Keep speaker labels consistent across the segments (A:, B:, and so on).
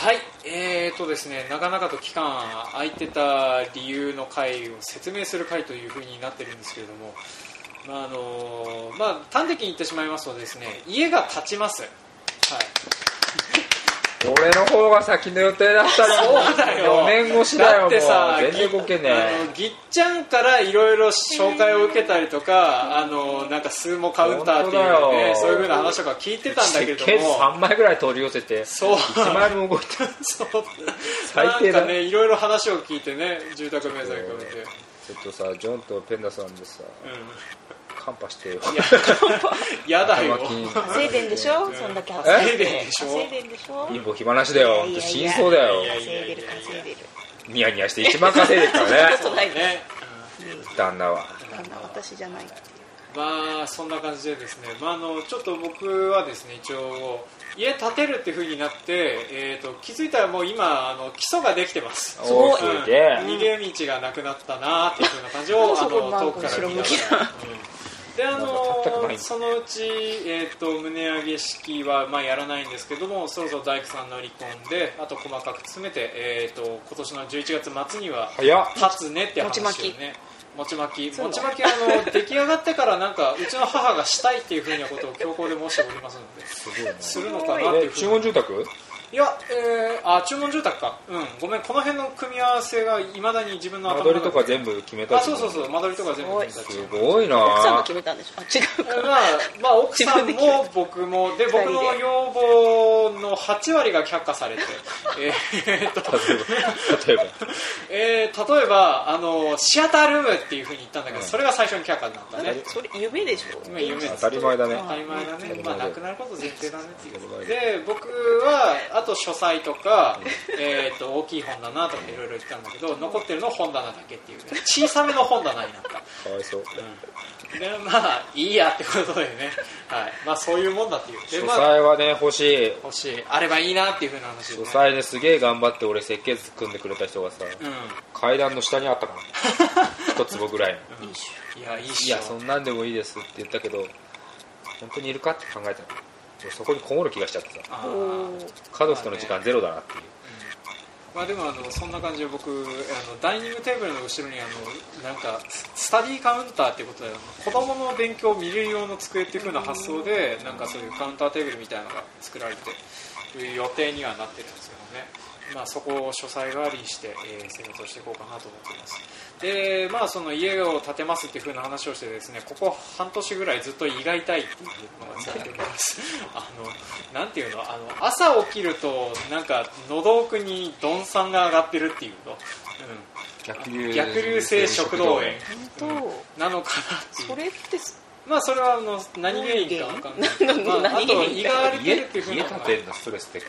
A: はい、えーとですね、なかなかと期間空いてた理由の回を説明する回というふうになってるんですけれども、まああのまあ、端的に言ってしまいますとですね、家が建ちます。はい、
B: 俺の方が先の予定だったらも
A: そうだよ
B: 4年越しだよ
A: だってさ
B: もう全然動けね
A: あのぎっちゃんからいろいろ紹介を受けたりとか、あのなんかスーモカウンターってい
B: 本当
A: う、
B: だ
A: ね
B: よ、
A: そういうふうな話とか聞いてたんだけれど
B: ケース
A: も。
B: 3枚ぐらい取り寄せて
A: そう
B: 1枚も動いてない
A: そう
B: 最低だ
A: なんかねいろいろ話を聞いてね住宅名材組んで、
B: ちょっとさジョンとペンダさんでさカンパしてよ
A: うん、やだよ
B: 頭金
C: 稼いでんでしょそんだけ
A: 稼
C: 稼
A: い
C: い
A: で
C: で
A: んでしょ
C: 稼いでんでしょ
B: 貧乏暇なしだよ
C: いやいやいや
B: 真相だ
A: いやい
B: よ
A: や
C: 稼いでる稼いでる
B: ニヤニヤして一番稼いでるからね
C: そうだよね
A: ね
B: 旦那は
C: あんな私じゃない
A: まあそんな感じでですね、まあ、あのちょっと僕はですね一応家建てるっていう風になって、えー、と気づいたらもう今あの基礎ができてます
C: すごい
B: おーすげ
A: う
B: え
A: ん逃げ道がなくなったなっていう風な感じを
C: そこ
A: あ
C: まあ
A: の遠くから
C: 後ろ向き
A: ながらうんであ
B: なんか全くな
A: の
B: い
A: そのうち、えー、と胸上げ式は、まあ、やらないんですけどもそろそろ大工さん乗り込んであと細かく詰めて、えー、と今年の11月末には
B: 早っ
A: 立つねって話をねもちまきもちまきあの 出来上がってからなんかうちの母がしたいっていうふうなことを強行で申しておりますのです
B: ごいな
A: するのかなっていう
B: え
A: ふう
B: 注
A: に
B: 文住宅
A: いや、えー、あ注文住宅かうんごめんこの辺の組み合わせがいまだに自分の
B: 間
A: 頭
B: 取
A: の
B: りと
A: 中
B: か
A: で
B: 全部決めた
A: あそうそうそう間取りとか全部自分たち
B: すごいな
C: 奥さんが決めたんでしょあ違う
A: まあ、まあ奥さん
C: 自分で決め
A: も僕もで
C: 人で
A: 僕の要望の8割が却下されて えーっと
B: 例えば
A: えー例えばあのシアタールームっていうふうに言ったんだけど、それが最初に却下になったね
C: それ夢でしょ
A: 今夢 です
B: 当たり前だね
A: 当たり前だね、まあ、なくなること前提だねっていうこと
B: 当たり
A: でで僕はあと書斎とか、 えー、と大きい本棚とかいろいろ言ったんだけど残ってるの本棚だけっていうね小さめの本棚になった
B: かわいそう
A: でまあいいやってことでね、はいまあ、そういうもんだっていうで
B: 書
A: まあ
B: 斎はね欲しい
A: 欲しいあればいいなっていうふうな話で、
B: 書
A: ね、
B: 斎ですげえ頑張って俺設計図組んでくれた人がさ
A: う
B: 階段の下にあった からね一坪ぐらいの
C: いいっし
A: んいやいいっ
B: い
A: しょ
B: やそんなんでもいいですって言ったけど本当にいるかって考えたの俺そこにこもる気がしちゃってさ
A: あ
C: ょ
A: ー
C: おー
B: 家族との時間ゼロだなっていう
A: まあでもあのそんな感じで僕あのダイニングテーブルの後ろにあのなんかススタディーカウンターってことであの子供の勉強を見る用の机っていう風な発想でなんかそういうカウンターテーブルみたいなのが作られていう予定にはなってるんですけどね。まあそこを書斎代わりにして、えー生活をしていこうかなと思っています。で、まあその家を建てますっていう風な話をしてですね、ここ半年ぐらいずっと胃が痛いっていうのが続いております。あの、なんていうの、あの朝起きるとなんか喉奥にどんさんが上がってるっていうの、
B: 逆
A: うん、逆流性食道炎
C: 本
A: なのかなって
C: 当
A: いう
C: そ。れって
A: まあそれはあの何原因かわかんないけど。
C: 何
A: まあ、あ
C: 何原因
A: と胃が荒れて
B: 家
A: るっていう風な
B: 家
A: のが
B: 建てんのストレスって
A: うん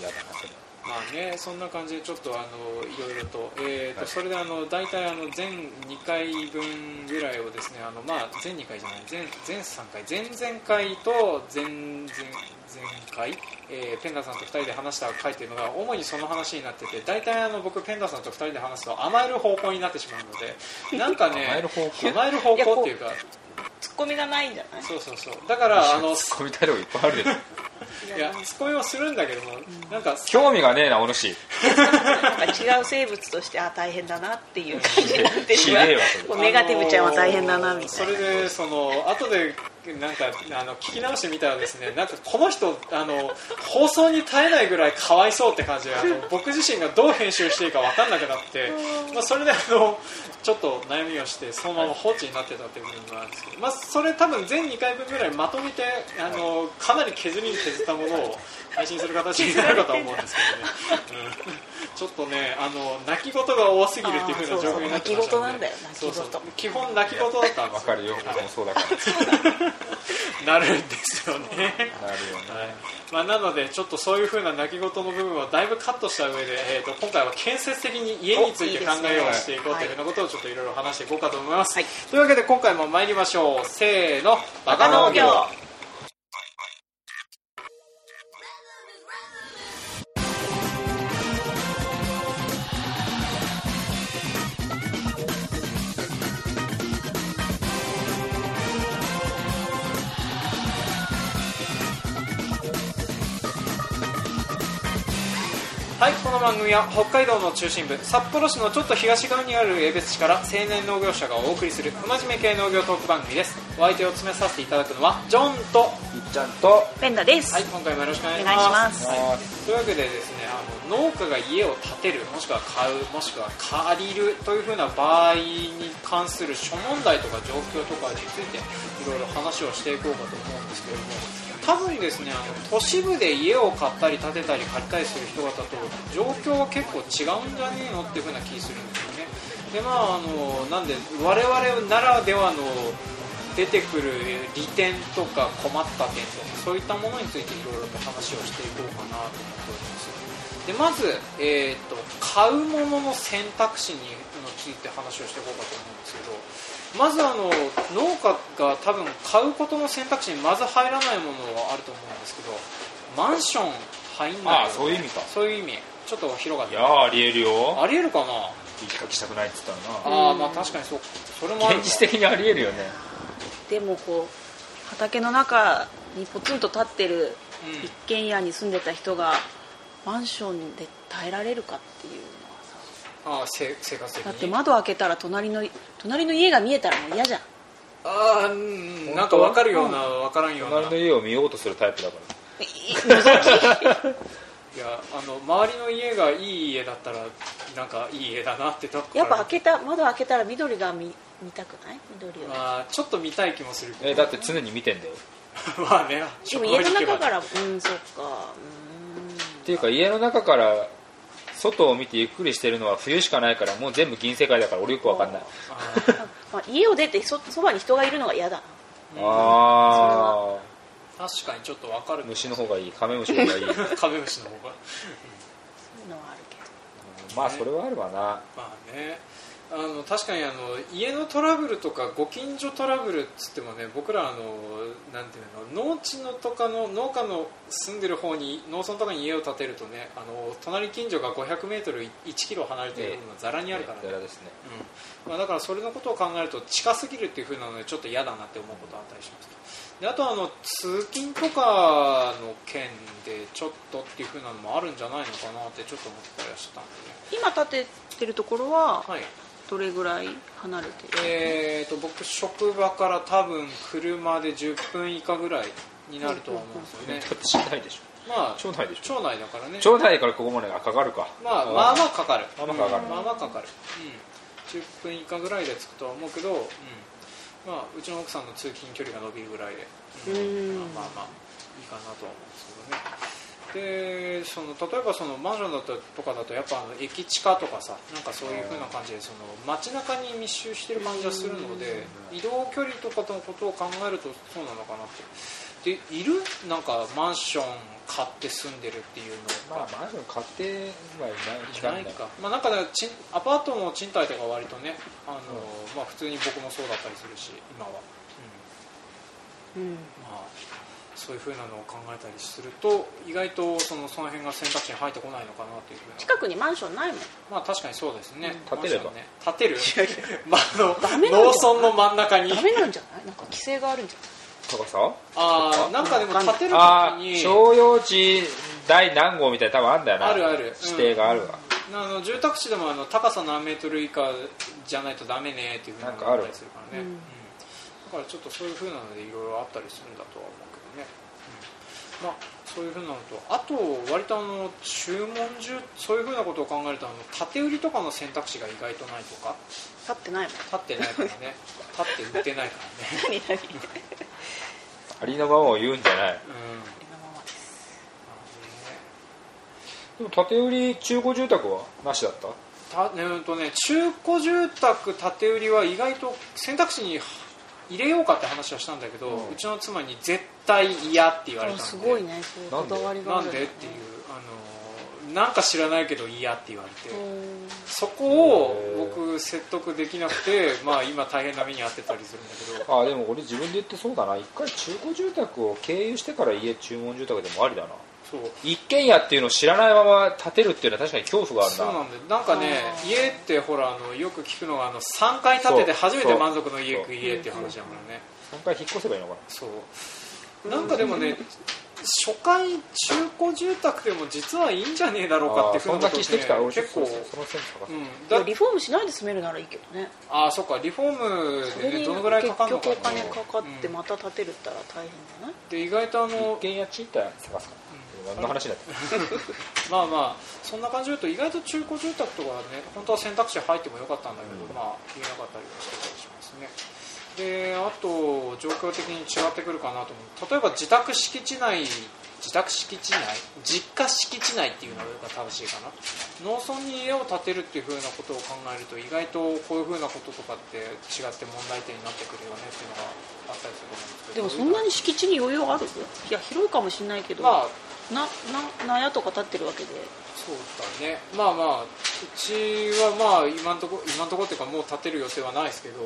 B: 嫌だなそれ
A: まあね、そんな感じでちょっとあのいろいろと,、えーとそれであの大体あの全2回分ぐらいをですねあの、まあ、全2回じゃない全全3回前々回と前々前回、えーペンダさんと2人で話した回っていうのが主にその話になってて大体あの僕ペンダさんと2人で話すと甘える方向になってしまうのでなんかね
B: 甘える方向
A: 甘える方向っていうか
C: ツッコミがないんじゃない
A: そうそうそうだからあの
B: ツッコミたいとこいっぱいあるでしょ
A: いやツッコミをするんだけどもなんか
B: 興味がねえな お主
C: なんか違う生物としてあ大変だなっていう感じになってしま
B: ひでえわ
C: うこうネガティブちゃんは大変だなみた
A: あ
C: いな
A: のーそれでその後でなんかあの聞き直してみたらですねなんかこの人あの放送に耐えないぐらいかわいそうって感じであの僕自身がどう編集していいか分かんなくなって、まあ、それであのちょっと悩みをしてそのまま放置になってたっていう部分があるんですけど、まあ、それ多分全2回分ぐらいまとめてあのかなり削りに削ったものを配信する形になるかとは思うんですけどね。うんちょっとねあの泣き言が多すぎるっていう風な状況になってましたので
C: あーそうそう泣き言なんだよ泣き
A: そうそう基本泣き言
C: 言
A: だったんで
B: わ
A: すよ
B: かるよ俺もそうだか
A: なるんですよね、
B: らなるよね
A: はいまあ、なのでちょっとそういう風な泣き言の部分はだいぶカットした上で、えー、と今回は建設的に家について考えようとしていこう
C: お
A: と
C: い
A: い
C: い
A: よ
C: うですね
A: うなことをちょっといろいろ話していこうかと思います、
C: はい
A: というわけで今回も参りましょうせーのバカ農業
D: 「バカ農業」
A: はい、この番組は北海道の中心部札幌市のちょっと東側にある江別市から青年農業者がお送りする不真面目系農業トーク番組ですお相手を務めさせていただくのはジョンとは
B: っちゃんと
C: ペンダです、
A: い今回もよろしくお願いします
C: お願いします
A: はいというわけでですねあの農家が家を建てるもしくは買うもしくは借りるというふうな場合に関する諸問題とか状況とかについていろいろ話をしていこうかと思うんですけれども多分ですねあの都市部で家を買ったり建てたり借りたりする人方と状況は結構違うんじゃねえのっていうふうな気するんですよねでまああのなんで我々ならではの出てくる利点とか困った点とかそういったものについていろいろと話をしていこうかなと思っておりますでまず、えー、と買うものの選択肢について話をしていこうかと思うんですけどまずあの農家が多分買うことの選択肢にまず入らないものはあると思うんですけどマンション入んないよ
B: ああそういう意味か
A: そういう意味ちょっと広がっ
B: い
A: た
B: やーありえるよ
A: ありえるかな
B: いい書きしたくないって言ったら
A: ああまあ確かにそうそれもあ
B: な
A: る
B: 現実的にありえるよね
C: でもこう畑の中にポツンと立ってる
A: うん
C: 一軒家に住んでた人がマンションで耐えられるかっていうのは
A: あ
C: さ
A: あせ生活的
C: だ
A: に
C: って窓開けたら隣の隣の家が見えたらもう嫌じゃん
A: ああなんか分かるような分からんような
B: 隣の家を見ようとするタイプだから
A: いやあの周りの家がいい家だったらなんかいい家だなってとこ
C: やっぱ
A: か
C: 開けた窓開けたら緑が見見たくない緑
A: ら
C: を、
A: まあちょっと見たい気もするけ
B: え
A: ど
B: だって常に見てんだよ っ
A: まあね
C: でも家の中かららうんそっか
B: ていうか家の中から外を見てゆっくりしてるのは冬しかないからもう全部銀世界だから俺よくわかんない
C: うん、まあ、家を出てそそばに人がいるのが嫌だ
B: あ
A: 確かにちょっと分かる
B: あ 虫の方がいいカメムシの方がいい
A: カメムシの方が
C: そういうのはあるけど
B: まあそれはあるわな
A: まあねあの確かにあの家のトラブルとかご近所トラブルっつってもね僕らあのなんていうの農地のとかの農家の住んでる方に農村とかに家を建てるとねあの隣近所が 500m1 キロ離れているのがざらにあるからね
B: だらですね
A: うんまあ、だからそれのことを考えると近すぎるっていう風なのでちょっと嫌だなって思うことあったりしますとであとあの通勤とかの件でちょっとっていう風なのもあるんじゃないのかなってちょっと思ったりはしたんでね
C: 今建ててるところは
A: はい
C: どれぐらい離れてる、
A: えー、と僕職場から多分車で10分以下ぐらいになるとは思うんですよね
B: だって市内でし
A: まあ
B: ょ町内でしょ
A: 町内だからね
B: 町内からここまであかかるか
A: まあ、まあまあかかる
B: まあまあかかる
A: うんまあまあかかる、うん、10分以下ぐらいで着くとは思うけど、うんまあ、うちの奥さんの通勤距離が伸びるぐらいで、
C: うん
A: まあまあまあいいかなとは思うんですけどねでその例えばそのマンションだととかだとやっぱあの駅地下とかさなんかそういう風な感じでその街中に密集してる感じがするので移動距離とかのことを考えるとそうなのかなってでいるなんかマンション買って住んでるっていうの
B: まあマンション買ってはいない
A: じゃないか、まあ、なんかね賃アパートの賃貸とか割とねあの、まあ、普通に僕もそうだったりするし今は、う
C: うん
A: んまあ、そういうふうなのを考えたりすると意外とそのその辺が選択肢に入ってこないのかなというふうな
C: 近くにマンションないもん
A: まあ確かにそうですね
B: うん建てれば
A: マンションね建てる、まあ、あの
C: メな ん
A: 農
C: だ
A: 村の真ん中に
C: ダメなんじゃないなんか規制があるんじ
B: 高さ
A: ああなんかでも建てる
B: ああ
A: 時に
B: 商用地第何号みたいな多分あるんだよな
A: あるある
B: 指定があるわ、
A: あの住宅地でもあの高さ何メートル以下じゃないとダメねっていうふうな
B: なん
A: の
B: かある
A: ったりするからね、
C: うん
A: うんだからちょっとそういうふうなのでいろいろあったりするんだとは思うけどね、うんまあそういうふうなのとあと割とあの注文中そういうふうなことを考えるとあの縦売りとかの選択肢が意外とないとか
C: ゃん立ってないもん
A: 立ってないからね立って売ってないからね、
C: 何何
B: ありのままを言うんじゃない
A: うん
C: 今ままです
B: でも建て売り中古住宅はなしだった
A: たうんとね中古住宅建て売りは意外と選択肢に入れようかって話はしたんだけど、う
B: うん
A: ちの妻に絶対嫌って言われたん
C: あ
A: です
C: ごいねそういうこだわりが
A: な
C: ある
A: んでっていう
C: う
A: あのなんか知らないけど嫌って言われて、
C: ん
A: そこを僕説得できなくて、まあ、今大変な目に遭ってたりするんだけど
B: あでも俺自分で言ってそうだな一回中古住宅を経由してから家注文住宅でもありだな
A: そう
B: 一軒家っていうのを知らないまま建てるっていうのは確かに恐怖がある
A: そう
B: な
A: なんだよなんかね
C: あー
A: 家ってほらあのよく聞くのがあの3階建てて初めて満足の家行く家っていう話だからね
B: 3回引っ越せばいいのかな
A: そうなんかでもね初回中古住宅でも実はいいんじゃねえだろうかってふ
B: そんな
A: とね
B: 気してきた俺
A: 結構、
B: そその線か
A: う
B: か
A: ん、
C: いや
A: だ
C: リフォームしないで住めるならいいけどね
A: ああそっかリフォー
C: そ
A: ム
C: れ
A: で、ね、
C: に結
A: どの
C: 局
A: ぐらいかかるの
C: お
A: かな
C: 金かかって
A: うん
C: また建てるったら大変じゃない
A: で意外とあの
B: 一軒家賃貸探すかな何の話だっ
A: まあまあそんな感じで言うと意外と中古住宅とかはね本当は選択肢入ってもよかったんだけど、
B: うん
A: まあ言えなかったりはしてたりしますねであと状況的に違ってくるかなと思う例えば自宅敷地内自宅敷地内実家敷地内っていうのが正しいかな農村に家を建てるっていうふうなことを考えると意外とこういうふうなこととかって違って問題点になってくるよねっていうのがあったりすると思うんですけど
C: でもそんなに敷地に余裕あるいや広いかもしれないけど、
A: まあ
C: なな納屋とか建ってるわけで
A: そうだねまあまあうちはまあ今のとこ今のところっていうかもう建てる予定はないですけど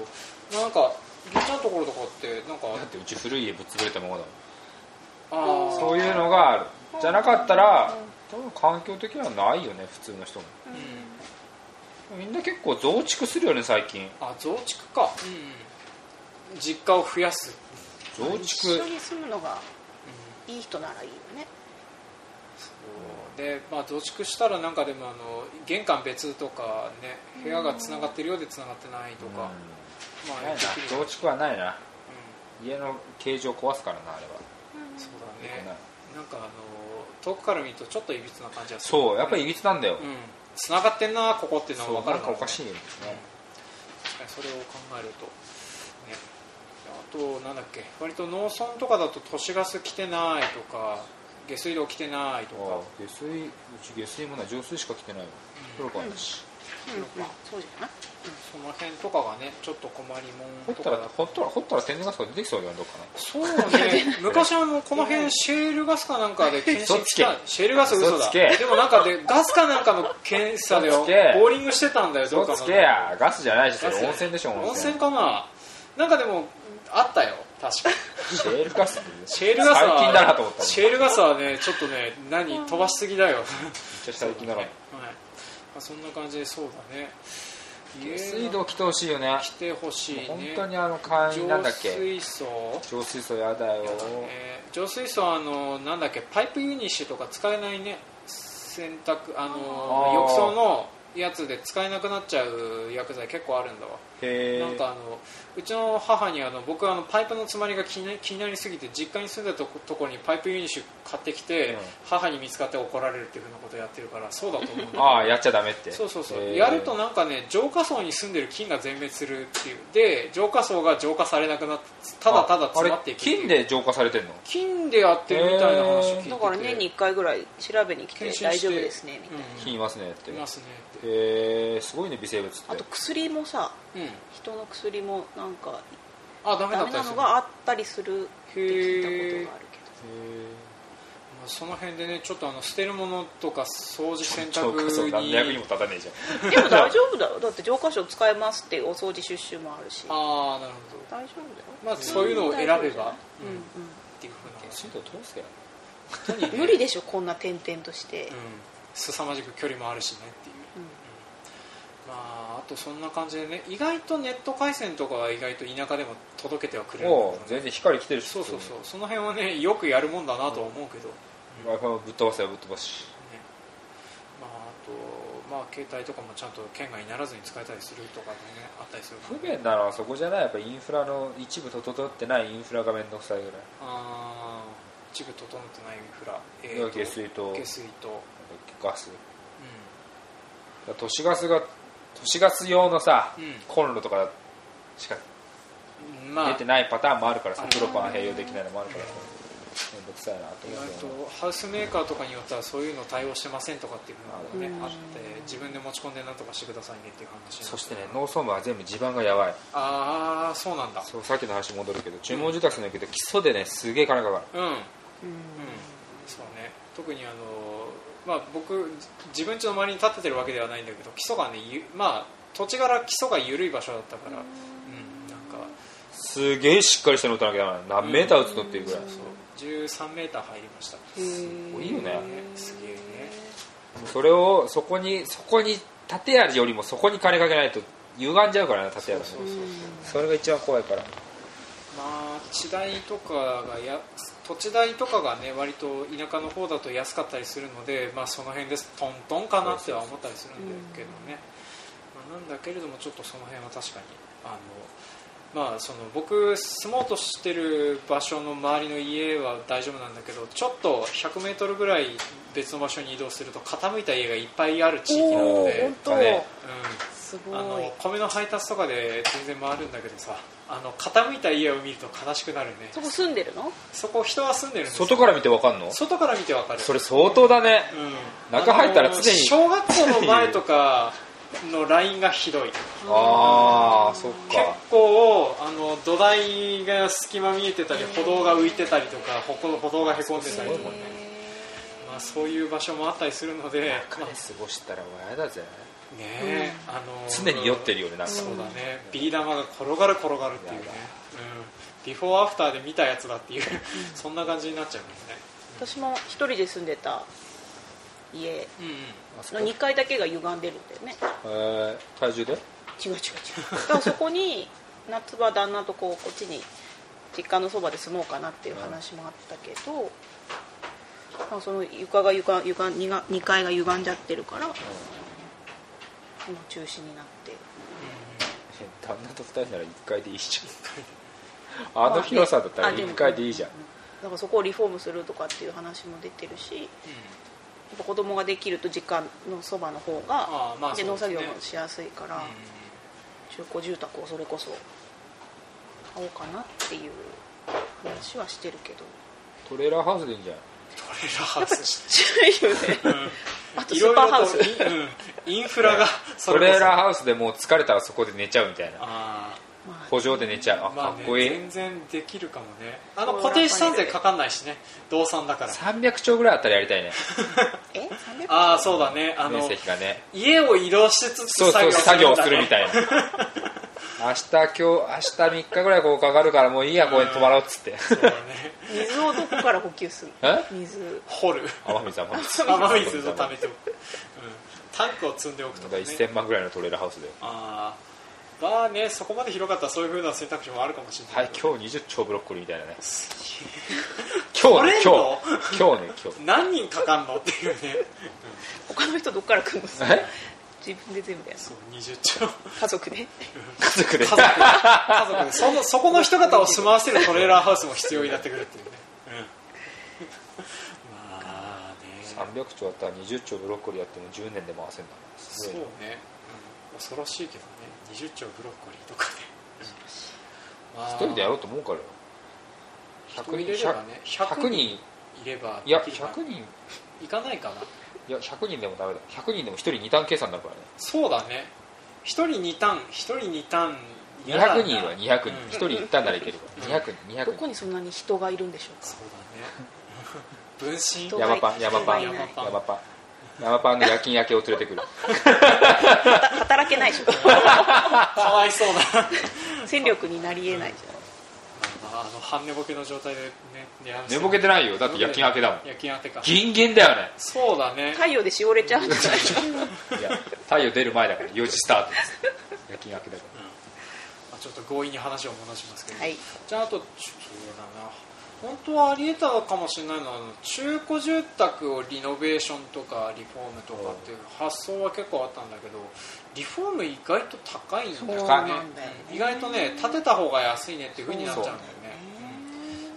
A: なんか銀ちゃんのところとかってなんか
B: けだってうち古い家ぶっ潰れたままだもん
A: あー
B: そういうのがあるじゃなかったら多分環境的にはないよね普通の人も
A: うん
B: みんな結構増築するよね最近
A: あ増築か、うん、実家を増やす、
B: 増
C: 一緒
B: 築
C: に住むのがいい人ならいいよね
A: でまあ増築したらなんかでもあの玄関別とかね部屋がつながってるようでつながってないと
B: と
A: か、
B: か
A: まあ
B: ないな
A: できるよ
B: 増築はないな
A: う
B: 家の形状壊すからなあれは
A: んそう
B: 良
A: だ
B: くない
A: ねなんかあの遠くから見るとちょっといびつな感じがする
B: そうやっぱりいびつなんだよ
A: うんつながってんなここっていうの
B: そう
A: が分か
B: な
A: る
B: んかおかし
A: い
B: いよね
A: それを考えるとねあとなんだっけ割と農村とかだと都市ガス来てないとか下水道来てないと
B: あ
A: か
B: あ下水うち下水もない浄水しか来てないわ
A: う
B: 黒川だし
C: うん、うん、そうじゃない
A: その辺とかがねちょっと困り
B: 掘
A: も
B: っ
A: んと
B: た
A: からだと
B: 掘ったら掘ったら天然ガスが出てきそうだよねどっかな
A: そうね 昔はもうこの辺シェールガスかなんかで検
B: 嘘
A: 診
B: つ
A: し
B: け
A: たシェールガス嘘
B: 嘘
A: だ
B: つけ
A: でもなんかでガスかなんかの検査で
B: 嘘つけ
A: ボーリングしてたんだよど
B: そ
A: っか
B: う
A: の
B: つけやガスじゃないしそ
A: ガス
B: れ温泉でしょ温
A: 温
B: 泉
A: 泉かななんかでもあったよ確か
B: シェールガスって
A: シェールガスは
B: 最近だなと思った
A: シェールガスはねちょっとね何飛ばしすぎだよ
B: めっちゃ最近だな
A: はいまあ、そんな感じでそうだね
B: 下水道来てほしいよね
A: 来てほしいね
B: 本当にあの簡易なんだっ
A: 浄
B: け
A: 水槽
B: 浄水槽やだよ
A: えー浄水槽はあのなんだっけパイプユニッシュとか使えないね洗濯あの
B: あー
A: 浴槽のやつで使えなくなっちゃう薬剤結構あるんだわ
B: へえ
A: なんかあのうちの母にあの僕はあのパイプの詰まりが気にな気になりすぎて実家に住んでたとことこにパイプユニッシュ買ってきて、
B: うん
A: 母に見つかって怒られるっていうふうなことやってるからそうだと思うんだ
B: ああやっちゃダメって
A: そうそうそう
B: へー
A: やるとなんかね浄化層に住んでる菌が全滅するっていうで浄化層が浄化されなくなってただただ詰まっていく
B: ああれ金で浄化されてんの
A: 菌でやってるみたいな話を聞いてて
C: だから年に1回ぐらい調べに来て
A: 検診して
C: 大丈夫ですねみたいな、
A: うん
B: 金いますねって
A: いますねって
B: へえすごいね微生物って
C: あと薬もさ
A: うん
C: 人の薬もなんか
A: あダメだ
C: ダ
A: っ
C: メ
A: たりす
C: なの
A: る
C: があったりするって聞いたことがあるけど
B: へー
A: まあその辺でねちょっとあの捨てるものとか掃除洗
B: 浄化槽
A: 濯
B: 何
A: に
B: の役にも立たねえじゃん
C: でも大丈夫だよだって浄化書使えますっていうお掃除出習もあるし大丈
A: ああなるほ
C: 夫だよ
A: どまあそういうのを選べばうんっ
C: うん
A: ていうふ
B: 水道通すや
A: うな
C: うん無理でしょこんな点々として、
A: うん凄まじく距離もあるしねっていうまああとそんな感じでね意外とネット回線とかは意外と田舎でも届けてはくれるんだ
B: お
A: よ
B: う
A: ね
B: 全然光来てるし
A: そうそうそうその辺はねよくやるもんだなとは思うけど、
B: w i f i もぶっ飛ばせばぶっ飛ばすし
A: ねまあ、あと、まあ、携帯とかもちゃんと県外にならずに使えたりするとかねあったりするか
B: 不
A: らね
B: 便なのはそこじゃないやっぱインフラの一部整ってないインフラが面倒くさいぐらい
A: あー一部整ってないインフラ、え
B: 要
A: ー
B: は
A: と
B: 下水と
A: 下水と、うん、
B: ガスだから都市ガスが都市ガス用のさ、
A: うん
B: コンロとかしか
A: まあ
B: 出てないパターンもあるからさ
A: あ
B: プロパン併用できないのもあるからさ面倒くさいなと
A: 意
B: 思う
A: 外
B: けどね
A: とハウスメーカーとかによってはそういうの対応してませんとかっていうのがね
C: うん
A: あって自分で持ち込んでなんとかしてくださいねっていう話になって
B: そしてね農村部は全部地盤がやばい
A: ああそうなんだ
B: そうさっきの話戻るけど注文住宅するんだけど基礎でねすげえ金かかる
A: うん
C: うん
A: そうね特にあの、まあ、僕じ自分家の周りに建ててるわけではないんだけど基礎がねゆ、まあ、土地柄基礎が緩い場所だったから、うんなんか
B: すげえしっかりしたの打たなきゃダメなの何メーター打つのっていうぐらい、
A: そう13メーター入りました
C: す
B: ごいよね
A: すげえね
B: それをそこにそこに建屋よりもそこに金かけないと歪んじゃうからね建屋がね
A: そうそうそう
B: それが一番怖いから
A: まあ地代とかがや土地代とかがね割と田舎の方だと安かったりするので、まあ、その辺でトントンかなっては思ったりするんだけどね、まあ、なんだけれどもちょっとその辺は確かにあの、まあ、その僕住もうとしてる場所の周りの家は大丈夫なんだけどちょっと 100m ぐらい別の場所に移動すると傾いた家がいっぱいある地域なの
C: おお
A: で。
C: 本当、
B: だね
A: うん
C: す
A: あ
C: ごい
A: の米の配達とかで全然回るんだけどさあの傾いた家を見ると悲しくなるね
C: そこ住んでるの
A: そこ人は住んでるんですよ
B: 外から見てわかんの
A: 外から見てわかる
B: それ相当だね
A: うん、
B: 中入ったら常に
A: あの小学校の前とかのラインがひどい
B: ああそっ
A: 結
B: か
A: 構あの土台が隙間見えてたり歩道が浮いてたりとか歩行歩道がへこんでたりとかね、まあ、そういう場所もあったりするので、
B: 中
A: まあ
B: で
A: ね
B: 過ごしたら親だぜ
A: え、あの
B: 常に酔ってるよねなんか
A: そうだねビー玉が転がる転がるっていうね、うん、ビフォーアフターで見たやつだっていうそんな感じになっちゃうも
C: 私も一人で住んでた家
A: んね、
B: あそ
C: の
B: こへ
C: 2階だけが歪んでるんだよね
B: え体重で
C: 違う違う違うだからそこに夏場旦那とこうこっちに実家のそばで住もうかなっていう話もあったけど、まあ、その床が床床2が2階が歪んじゃってるから、もう中止になって
B: 旦那と二人なら一回でいいじゃ んあの広さだったら
C: あでも
B: 一回でいいじゃん
C: うだからそこをリフォームするとかっていう話も出てるしや
A: うん
C: っぱ子供ができると実家のそばの方が
A: ああまあ
C: で
A: そうです
C: 農作
A: ね
C: 業もしやすいから、
A: うん
C: 中古住宅をそれこそ買おうかなっていう話はしてるけ ど
B: トレーラーハウスでいいんじゃん
A: トレーラーハウス
C: ちっちゃいよねあと
A: い
C: スー
A: ろい
C: パ
A: ろ
C: ーハウス
A: とイン,、うん、インフラが
B: トレーラー
A: ー
B: ハウスでもう疲れたらそこで寝ちゃうみたいな
A: あ
C: まあ
B: 補助で寝ちゃうあ
A: あま
B: か
A: あ
B: っ
A: ね
B: こいい
A: 全然できるかもねあの固定資産税かかんないしね動産だから
B: 300兆ぐらいあったらやりたいね
C: え 300
A: ああそうだねあ
B: 面
A: の
B: 積がね
A: 家を移動しつつ
B: そうそう作
A: 作業
B: 業
A: す
B: す
A: る
B: る
A: み
B: み
A: たい
B: たいな 明日今日明日3日ぐらいここかかるからもういいやここに泊まろうっつ って
A: なそうだね
C: 水をどこから補給する
B: え
C: の水
A: 掘る
B: 雨水雨 水
A: 雨水を貯めておく、うん、タンクを積んでおくとか、ね、
B: 1000万ぐらいのトレーラーハウスで
A: あーまあねそこまで広かったらそういうふうな選択肢もあるかもしれ
B: は
A: ないいけど、
B: 今日20兆ブロッコリーみたいなね
A: す
B: 今日ね
A: 取れん
B: 今
A: の
B: 日今日
A: げえ
B: ね今
A: 何人かかんのって いうね
C: 他の人どっから来るの
B: 日え
C: 自分で全部やる
A: そう20兆
C: 家族
B: 家
C: で
B: 族で
A: 家族で家族でそのそこの人方を住まわせるトレーラーハウスも必要になってくるっていうね、うん、まあね
B: 300兆あったら20兆ブロッコリーやっても10年で回せんだす
A: そう
B: ごい
A: ね
B: な、
A: うん恐ろしいけどね20兆ブロッコリーとかね、まあ
B: 一人でやろうと思うからよ
A: 人入れればね
B: 100
A: 100人
B: 人
A: いれば
B: いや
A: できるな
B: 100人
A: いかないかない
B: や100人でもダメだ100人でも1人2単計算になるからね
A: そうだね1人2単1人2単嫌だな
B: 200人は
A: う
B: 200人
A: ん
B: 1人1単ならいけるから200人
C: ど
B: 200
C: こにそんなに人がいるんでしょうか
A: そうだね 分身
B: 人山パン山パン
C: 人がいない
B: 山パン山パンの夜勤明けを連れてくる
C: はた働けないでしょ
A: かわいそうな
C: 戦力になりえないじ
A: あの半寝ぼけの状態でね寝
B: 寝ぼけてないよだって夜勤明けだもん
A: 夜勤明けか
B: ギンギンだよね
A: そうだ
C: ゃ
A: ね
C: ん太陽でしおれちゃうんじゃない
B: いや太陽出る前だから4時スタートです夜勤明けだか
A: まあちょっと強引に話を戻しますけど、
C: はい
A: じゃああとちょそうだな本当はありえたかもしれないのはあの中古住宅をリノベーションとかリフォームとかっていう発想は結構あったんだけどリフォーム意外と高いんだよね
C: そうなんだよね
A: うん意外とね建てた方が安いねっていう風になっちゃうんだよねうん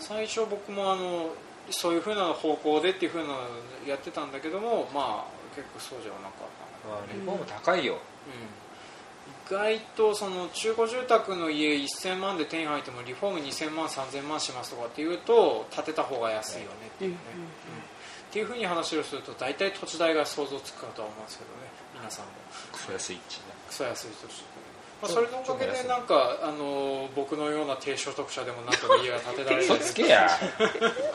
A: 最初僕もあのそういう風な方向でっていう風なのやってたんだけどもまあ結構そうじゃなかったんだよね
B: ら日本も高いよ
A: うん、意外とその中古住宅の家1000万で手に入ってもリフォーム2000万3000万しますとかっていうと建てた方が安いよねっていうね、
C: うんうんうん
A: っていうふうに話をすると大体土地代が想像つくかとは思うんですけどね皆さんも
B: クソ安いっち
A: クソ安い土地とかねまあ、
B: そう
A: それのおかげでなんかあの僕のような低所得者でもなんとか家が建てられる
B: 嘘つけや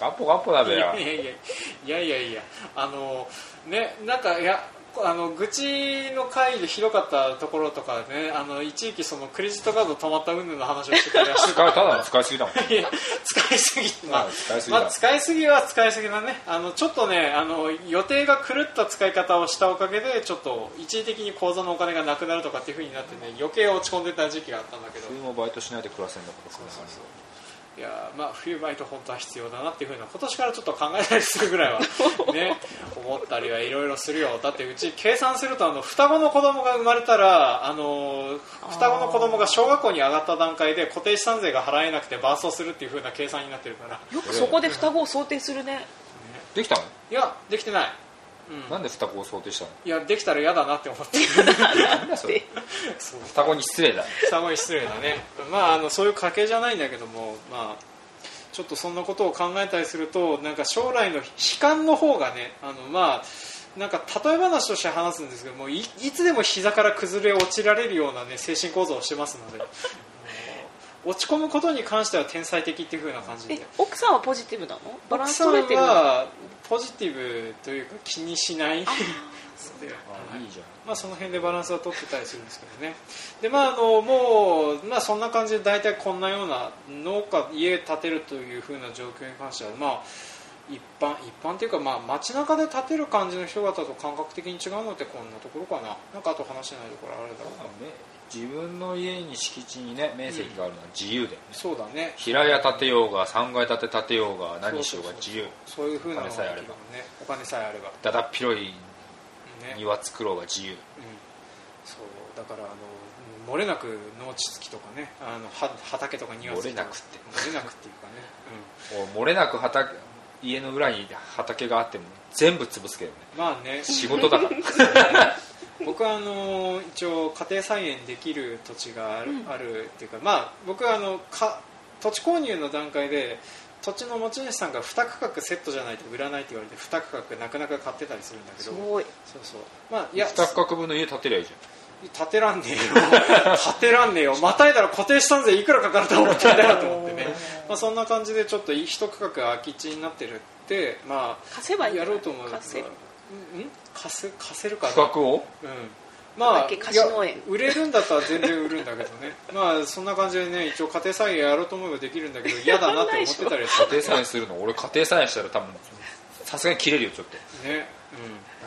B: ガッポガッポだべ
A: いや
B: や
A: いやいやいやいやいやあのねなんかいやあの愚痴の会でひどかったところとかねあの一時期そのクレジットカード止まった云々の話をしてたりはして
B: 使うただの使いすぎだもん
A: いや 使いすぎまあ
B: あ使いすぎだ
A: まあ、使いすぎは使いすぎだねあのちょっとねあの予定が狂った使い方をしたおかげでちょっと一時的に口座のお金がなくなるとかっていうふうになってね余計落ち込んでた時期があったんだけど
B: 冬もバイトしないで暮らせんだから
A: そうそうそういやーまあ冬バイト本当は必要だなっていうふうな今年からちょっと考えたりするぐらいはね思ったりはいろいろするよだってうち計算するとあの双子の子供が生まれたらあのー双子の子供が小学校に上がった段階で固定資産税が払えなくて伴走するっていうふうな計算になってるから
C: よくそこで双子を想定するね
B: できたの、
A: いやできてない、うん
B: なんで双子を想定したの
A: いやできたら嫌だなって思って
B: なんだそれ
A: そう
B: 双子に失礼だ
A: すごい失礼だね、まあ、あのそういう家系じゃないんだけども、まあ、ちょっとそんなことを考えたりするとなんか将来の悲観の方がねあの、まあ、なんか例え話として話すんですけどもいいつでも膝から崩れ落ちられるような、ね、精神構造をしてますのであの落ち込むことに関しては天才的っていう風な感じ
C: え
A: で。
C: 奥さんはポジティブなのバラン
A: 奥
C: ス
A: さん
C: 取れてるの
A: はポジティブというか気にしないで
B: あいいじゃん
A: まあ、その辺でバランスは取ってたりするんですけどねで、まあ、あのもう、まあ、そんな感じで大体こんなような農家家建てるというふうな状況に関しては、まあ、一般一般というか、まあ、街中で建てる感じの人方と感覚的に違うのってこんなところかななんかあと話してないところあれだろうな
B: ね自分の家に敷地にね面積があるのは自由だよね、
A: そうだね
B: 平屋建てようが3階建て建てようが何しようが自由
A: そういうふうなのが
B: お金さえあれば
A: ねお金さえあれば
B: だだっ広い
A: ね
B: 庭作ろうが自由
A: うんそうだからあの漏れなく農地付きとかねあのは畑とか庭付きとか
B: 漏れなくって
A: 漏れなくっていうかね、
B: お漏れなく畑家の裏に畑があっても全部潰すけどね
A: うん、まあね
B: 仕事 だから
A: 僕はあの一応家庭菜園できる土地がある,、あるっていうかまあ僕はあのか土地購入の段階で土地の持ち主さんが2区画セットじゃないと売らないって言われて2区画なかなか買ってたりするんだけ
C: す
A: ど
C: ごい
A: そうそうまあいや
B: 2区画分の家建てりゃいいじ
A: 立てらんねえよ 立てらんねえよまたいだら固定資産税いくらかかると思ってんだよと思ってねまあそんな感じでちょっと一区画空き地になってるってま
C: 貸せ
A: あ
C: ばいいんじ
A: や
C: ゃない
A: ろうと思う
C: 貸せる
A: うんうん貸せ貸せるか
B: ゃん
A: な
B: 区画を
A: うん
C: だ
A: ま
C: っ
A: あ
C: け貸し農園
A: いや売れるんだったら全然売るんだけど ねまあそんな感じでね一応家庭菜園やろうと思えばできるんだけど嫌だなって思ってたりす
B: 家庭菜園するの俺家庭菜園したら多分さすがに切れるよちょっと
A: るね、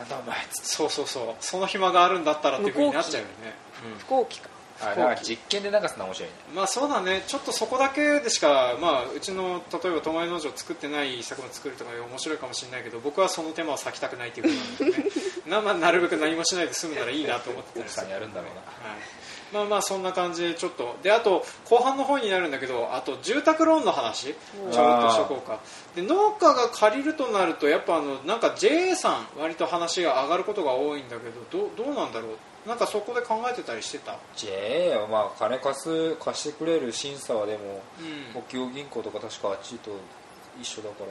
A: うん、
B: なんだお前つ
A: そうそうそうその暇があるんだったらっていうふうになっちゃうよね、うん
C: 飛行機か
B: あだから実験で流すのは面白いね
A: まあそうだねちょっとそこだけでしか、まあ、うちの例えば泊まり農場作ってない作物作るとか面白いかもしれないけど僕はその手間を割きたくないっていうことなんでね な,、まあ、なるべく何もしないで済むならいいなと思ってた
B: 奥さんやるんだろうな
A: はい、まあまあそんな感じでちょっとであと後半の方になるんだけどあと住宅ローンの話ちょ
C: う
A: ろ
C: ん
A: っとしとこうかで農家が借りるとなるとやっぱあのなんか JA さん割と話が上がることが多いんだけどどうどうなんだろうなんかそこで考えてたりしてた、
B: JA はまあ金貸す貸してくれる審査はでも
A: うん
B: 北洋銀行とか確かあっちと一緒だから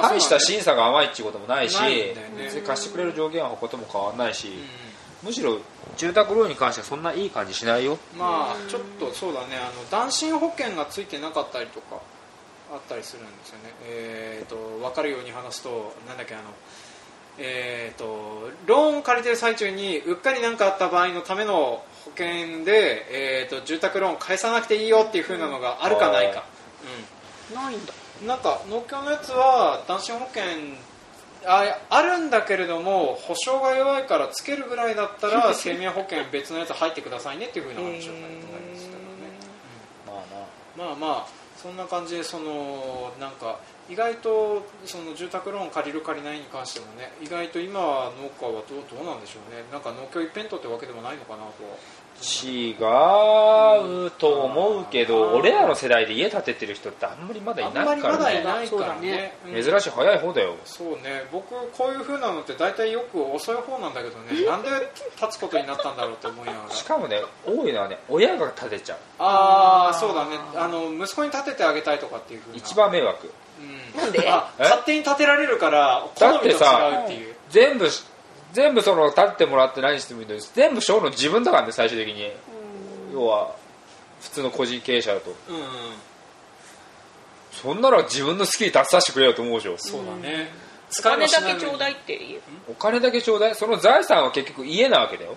A: まあ
B: 大し
A: そうなんだ
B: た審査が甘いっていうこともないし
A: ないんだよね
B: 別に貸してくれる上限は他とも変わらないし、
A: うん
B: むしろ住宅ローンに関してはそんないい感じしないよ
A: まあちょっとそうだねあの断親保険がついてなかったりとかあったりするんですよねえっ、と分かるように話すとなんだっけあのえっ、とローン借りてる最中にうっかり何かあった場合のための保険で、えー、と住宅ローン返さなくていいよっていう風なのがあるかないか、
C: ないんだ
A: うん、なんか農協のやつは断親保険ああるんだけれども保証が弱いからつけるぐらいだった ら生命保険別のやつ入ってくださいねっていう風な話をされてたりですからね、
B: まあな
A: まあまあそんな感じでそのなんか意外とその住宅ローン借りる借りないに関してもね意外と今は農家はどうどうなんでしょうねなんか農協一辺倒ってわけでもないのかなと
B: 違うと思うけど、
A: うん
B: 俺らの世代で家建ててる人ってあんまりまだい
A: あんま
B: ない
A: り
B: か
A: ま
B: ら
A: だ
B: ね
A: いない
C: そう
A: か
C: だ
A: らね
C: ね
A: うん
B: 珍しい早い方だよ
A: そうね僕こういう風なのって大体よく遅い方なんだけどねなんで立つことになったんだろうと思 いながら
B: しかもね多いのはね親が建てちゃう
A: ああそうだねあの息子に立ててあげたいとかっていう風な
B: 一、番迷惑
A: うん、
C: なんで
A: あ
B: え
A: 勝手に立てられるから好みと違うっていう
B: 全部全部その建ててもらって何してもいいのに全部小の自分だからね最終的に要は普通の個人経営者だと
A: うん、うん、
B: そんなら自分の好きに出させてくれよと思うでしょ
A: そうだね、
C: お
A: 使い
C: 金
A: もし
C: だ
A: ないの
C: け
A: に
C: ちょうだいって言う
B: お金だけちょうだいその財産は結局家なわけだよ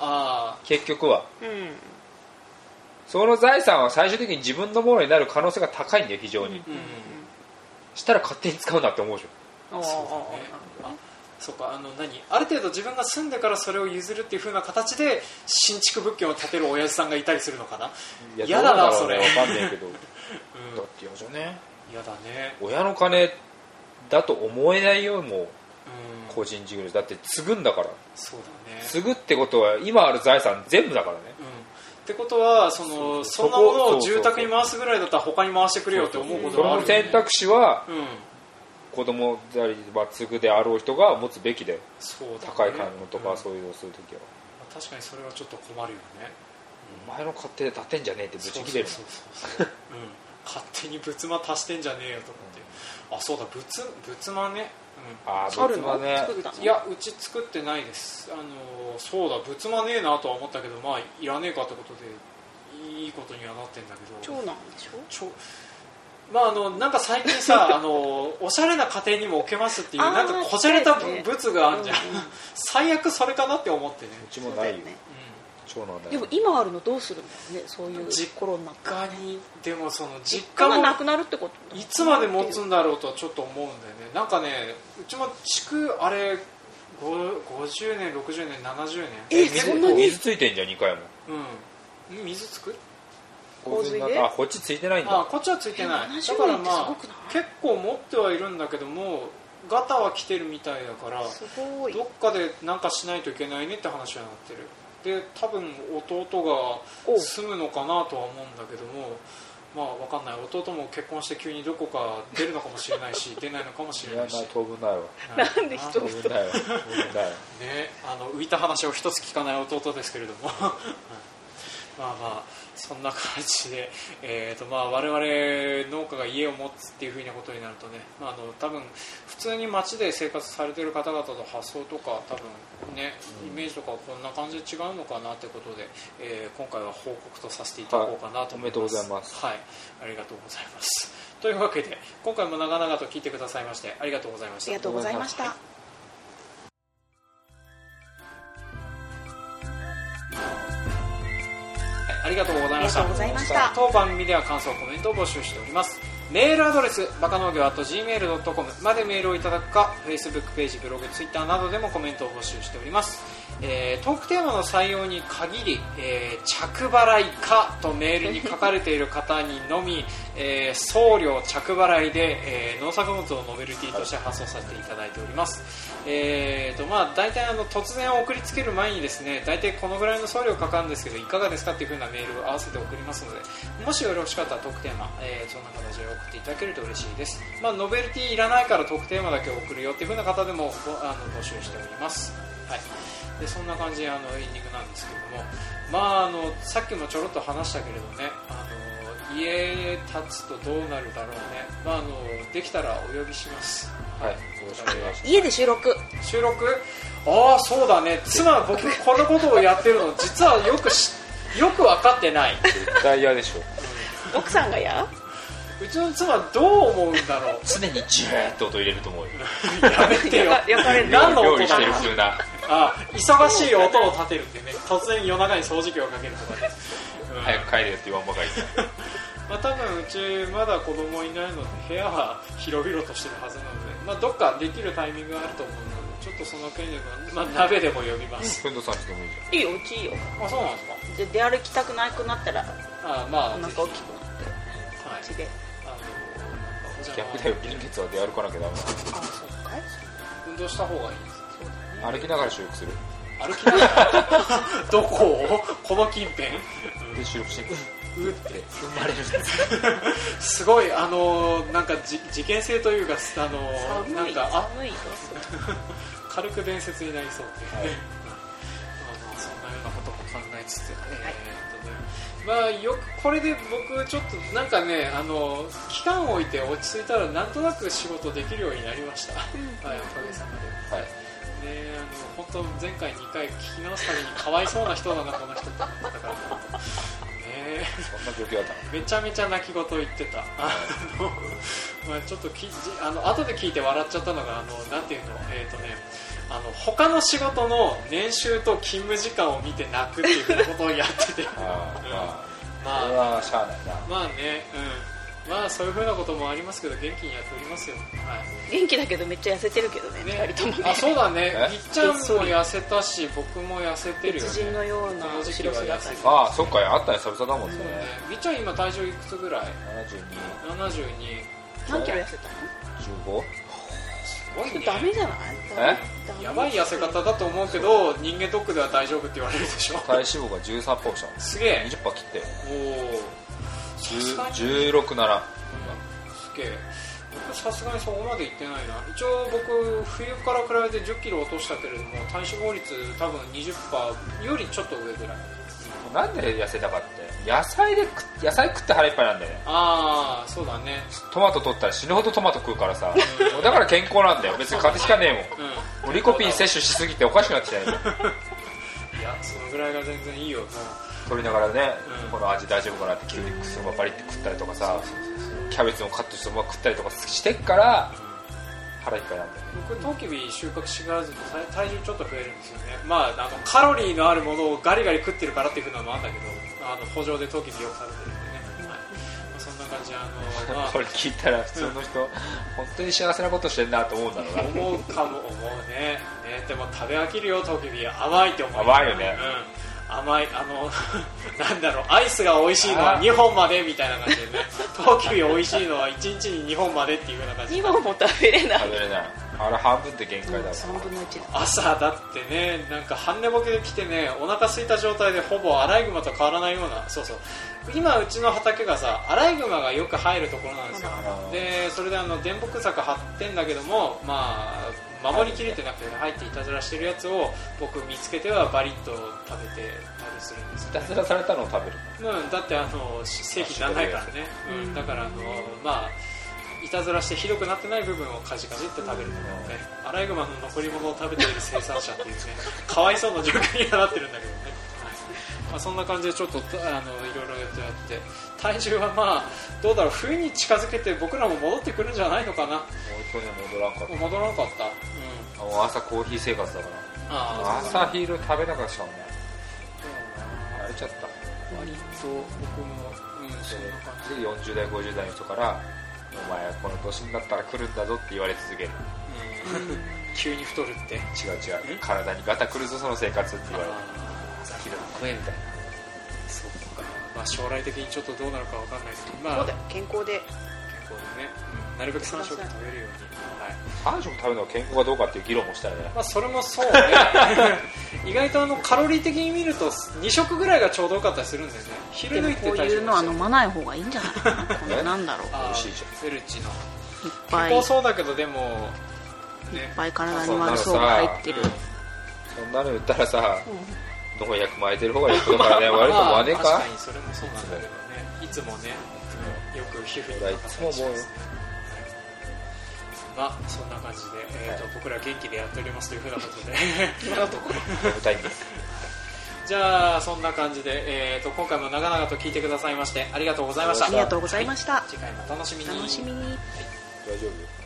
A: あ
B: 結局は
C: うん
B: その財産は最終的に自分のものになる可能性が高いんだよ非常に、
A: あ、うん、
B: したら勝手に使うなって思うでしょ
C: ああああ
A: あそうかあの何ある程度自分が住んでからそれを譲るっていう風な形で新築物件を建てる親父さんがいたりするのかな嫌だな
B: どう
A: そ
B: んだ
A: れ
B: ろうねわかんないけどだ
A: うん
B: って嫌じゃね
A: 嫌だね
B: 親の金だと思えないよもう
A: うん
B: 個人事業主だって継ぐんだから
A: そうだね
B: 継ぐってことは今ある財産全部だからね
A: うんってことはそのそ
B: そ
A: んな
B: こ
A: ものを
B: そうそうそ
A: 住
B: う
A: 宅に回すぐらいだったら他に回してくれよって思うこ
B: そ
A: とがあ
B: の
A: るよね
B: 選択肢は
A: うん
B: 子供でありまあ継ぐであろう人が持つべきで
A: そうだね
B: 高い買い物と
A: う
B: か
A: ん
B: そういうのをするときは、
A: 確かにそれはちょっと困るよね
B: お前の勝手で建てんじゃねえってぶち切れる
A: そうそうそうそう、うん、勝手に仏間足してんじゃねえよと思って、あそうだ仏仏間ね、
B: あ
C: あ
B: あ
C: る
B: 別は
C: の
B: ね
C: 作った
A: う
C: の
A: ん、いやうち作ってないですあのーそうだ仏間ねえなとは思ったけどまあいらねえかってことでいいことにはなってんだけ
C: 長
A: ど
C: 男でしょ
A: ちょまああのなんか最近 さあのおしゃれな家庭にも置けますっていう
C: あー
A: なんかこじゃれた
C: そうですね
A: 仏があるじゃん、
C: うんうん
A: 最悪それかなって思ってね、
B: うち
C: そ
B: も
C: う
B: な
C: だ
B: い
C: よ
B: よ
C: ね
B: 長男だ
C: で
B: よ
C: も今あるのどうするんだろうねそういう
A: 実
C: 頃になったら
A: 他にでもその実
C: 実
A: 家
C: 家が
A: も
C: なくなるってこと
A: いつまで持つんだろうとはちょっと思うんだよねなんかねうちも築あれご50年60年70年
C: え
B: 水
C: そんなに
B: 水ついてんじゃん2回も
A: うんん水つく
C: 洪水で
B: なんかあこっちついてないんだ
A: あこっちはついてない
C: え
A: だからまあ
C: 70年ってすごくない
A: 結構持ってはいるんだけどもガタは来てるみたいだから
C: すごい
A: どっかでなんかしないといけないねって話はなってるで多分弟
C: お
A: が住むのかなとは思うんだけどもまあわかんない弟も結婚して急にどこか出るのかもしれないし出ないのかもし
B: い
A: れ
B: や
A: な
B: ない
A: し
B: 当分ないわ
C: なんで
A: あ
C: 人
B: 当分ないわ当分ないわ
A: ね、あの浮いた話を一つ聞かない弟ですけれどもはい まあまあそんな感じで、えーとまあ、我々農家が家を持つっていうふうなことになるとね、まあ、あの多分普通に街で生活されてる方々の発想とか多分ねイメージとかはこんな感じで違うのかなってことで、えー今回は報告とさせていただこうかなと思います、
B: はいおめでとうございます
A: はい、ありがとうございますというわけで今回も長々と聞いてくださいましてありがとうございまし
C: あ
A: た
C: りがとうございました
A: ありがとうございまし
C: ありがとうございました
A: た当番組では感想コメントを募集しておりますメールアドレスバカ農業 .gmail.com までメールをいただくか Facebook ページブログ Twitter などでもコメントを募集しております、えートークテーマの採用に限り、えー着払いかとメールに書かれている方にのみ、えー送料着払いで、えー農作物をノベルティとして発送させていただいております、えーとまあ、大体あの突然送りつける前にですね大体このぐらいの送料かかるんですけどいかがですかっていう風なメールを合わせて送りますのでもしよろしかったらトークテーマ、えーそんな形で送っていただけると嬉しいです、まあ、ノベルティいらないからトークテーマだけ送るよっていう風な方でもごあの募集しております、はい、でそんな感じであのエンディングなんですけども、まあ、あのさっきもちょろっと話したけれどねあの家建つとどうなるだろうね、まあ、あのできたらお呼びします
B: はいよろしくお願いします
C: 家で収録
A: 収録ああそうだね妻僕このことをやってるの実はよくしよく分かってない
B: 絶対嫌でしょ
C: 奥さんがや
A: うちの妻どう思うんだろう
B: 常にジューって音入れると思うよ
A: やめてよ
C: や焼かれる
A: 何の
B: 料
A: 音
B: 理して
A: だ
B: る風な
A: あ忙しい音を立てるってね突然夜中に掃除機をかけるとかね、うん
B: 早く帰れよって言わんばかり
A: まあ、多分うちまだ子供いないので部屋は広々としてるはずなので、まあ、どっかできるタイミングがあると思うのでちょっとその権力は、まあ、鍋でも呼びます、
B: ふんどさん来てもいいじ
C: いいようちいいよ
A: あそうなんですか
C: で出歩きたくなくなったら
A: あまあ
C: お腹大きくなって
A: は
C: う
A: い
C: ちで
A: あのお
B: ゃん
A: 邪魔
B: 逆だよ貧血は出歩かなきゃダメ
C: あそうかい
A: 運動した方がいいです
B: だ歩きながら収録する
A: 歩きなが らどこをこの近辺
B: で収録してく
A: うって
B: 生まれる
A: すごいあのーなんかじ事件性というかあのーな
C: 寒
A: ん
C: い
A: かあ
C: 寒いです
A: 軽く伝説になりそうっていう
B: はい
A: ね、まあまあそんなようなことも考えつつ、えーっとねまあよくこれで僕ちょっとなんかねあの期間を置いて落ち着いたらなんとなく仕事できるようになりました、はいおかげさまで
B: はい
A: ねえあの本当前回2回聞き直すたびにかわいそうな人だなこの人って思ったからねえ
B: そんな状況だった
A: めちゃめちゃ泣き言言ってたあの、 まあ、ちょっときじあの後で聞いて笑っちゃったのがあのなんていうのえっ、とねあの他の仕事の年収と勤務時間を見て泣くって いうことをやってて
B: ああまあ
A: ま
B: これ
A: あ
B: はしゃあないな
A: まあね、まあそういうふうなこともありますけど元気にやっておりますよ、はい
C: 元気だけどめっちゃ痩せてるけどね
A: ね
C: 2人ともね
A: あそうだね
B: え
A: ぎっちゃんも痩せたし僕も痩せてるよね
C: 別人のような
A: この時期は痩せてる
B: ああそっかあったよ久々だもんね
A: そうねぎっちゃん今体重いくつぐらい72す
C: 何キロ痩せた
B: 7215
C: の
A: ごいね
C: ダメじゃないダメ
A: やばい痩せ方だと思うけど人間ドックでは大丈夫って言われるでしょ
B: 体脂肪が13%パーした
A: すげえ
B: 20%パー切って
A: おおすがに
B: 10 16なら
A: すげえ僕さすがにそこまでいってないな一応僕冬から比べて1 0キロ落としたけれども体脂肪率多分20%よりちょっと上ぐらい
B: なんで痩せたかって野菜で食っ野菜食って腹いっぱいなんだよね
A: ああそうだね
B: トマト取ったら死ぬほどトマト食うからさもうだから健康なんだよ別に風邪ひかねえもん
A: うん
B: もうリコピン摂取しすぎておかしくなってきたよ
A: いやそのぐらいが全然いいよ、
B: 取りながらね、
A: うん
B: この味大丈夫かなってキュウリそのままバリって食ったりとかさキャベツもカットしてそのまま食ったりとかしてっから腹いっぱいなんだよね
A: 僕トウキビ収穫しがらずに体体重ちょっと増えるんですよねまああのカロリーのあるものをガリガリ食ってるからっていうのもあんだけどあの補助でトウキビよく食べてるんでね、はいまあそんな感じあの、まあ
B: これ聞いたら普通の人、本当に幸せなことしてんなと思うんだろうな
A: 思うかも思うねねでも食べ飽きるよトウキビ甘いって思う
B: 甘いよね、
A: うん、甘いあの なんだろうアイスが美味しいのは2本までみたいな感じでねトウキビ美味しいのは1日に2本までっていうような感じで
C: 2本も食べれない
B: 食べれないあれ半分って限界だわ、
C: 3分の1だ
A: 朝だってねなんか半寝ぼけで来てねお腹空いた状態でほぼアライグマと変わらないようなそうそう今うちの畑がさアライグマがよく入るところなんですよ
C: あ
B: ら
A: でそれであの電木坂張ってんだけどもまあ守りきれてなくて入っていたずらしてるやつを僕見つけてはバリッと食べてたりするんです
B: ひ
A: よ
B: た
A: ね
B: すらされたのを食べる
A: うん、だってあのし正規にならないからね、
C: うん
A: うん、だからあのまあいたずらしてひどくなってない部分をカジカジって食べるとかねアライグマの残り物を食べている生産者っていうね かわいそうな状況にはなってるんだけどね、はいまあ、そんな感じでちょっとあのいろいろやってやって体重はまあどうだろう冬に近づけて僕らも戻ってくるんじゃないのかな
B: もう去年戻らんかっ
A: もう戻らなかった、うん、
B: たもう朝コーヒー生活だから
A: ああ
B: 朝昼食べなかったしかもね
A: そう
B: やれちゃった
A: だな割と僕も、うん、そんな感じ、
B: で40代50代の人から「お前この年になったら来るんだぞ」って言われ続ける
A: うん 急に太るって
B: 違う違う体にガタくるぞその生活って言われる
A: 朝昼
B: 食えみたい
A: そうか、まあ、将来的にちょっとどうなるかわかんないですけど、ま
C: そ
A: あ、
C: うだ
A: 健
C: よ健康で
A: 康でね、うんなるべく3食食べるように、はい
B: な3食食べるのが健康かどうかっていう議論もしたよね
A: まあ、それもそうね 意外とあのカロリー的に見ると2食ぐらいがちょうどよかったりするんだよね昼
C: で
A: 抜
C: も
A: い
C: こ
A: て
C: う
A: 体
C: いう
A: 重
C: のは飲まない方がいいん じゃないかなこのなんだろう
A: あ
B: 美味しいじ
A: ーフェルチの
C: いっぱいい
A: こう
C: っ
A: そうだけどでもね
C: ぱい体に悪そうが入ってる
A: うん
B: そんなの言ったらさ農薬巻いてる方がいいことだからね悪いと思わねえ
A: まあ
B: か
A: 確かにそれもそうなんだけどねいつもねよく皮膚に
B: 俺はいつも思うよ
A: まあそんな感じで、えーと
B: は
A: 僕ら元気でやっておりますというふうなことで
B: 食べたいんです
A: じゃあそんな感じで、えー、と今回も長々と聞いてくださいましてありがとうございました
C: ありがとうございました
A: 次回もお楽しみに
C: 楽しみに
B: 大丈夫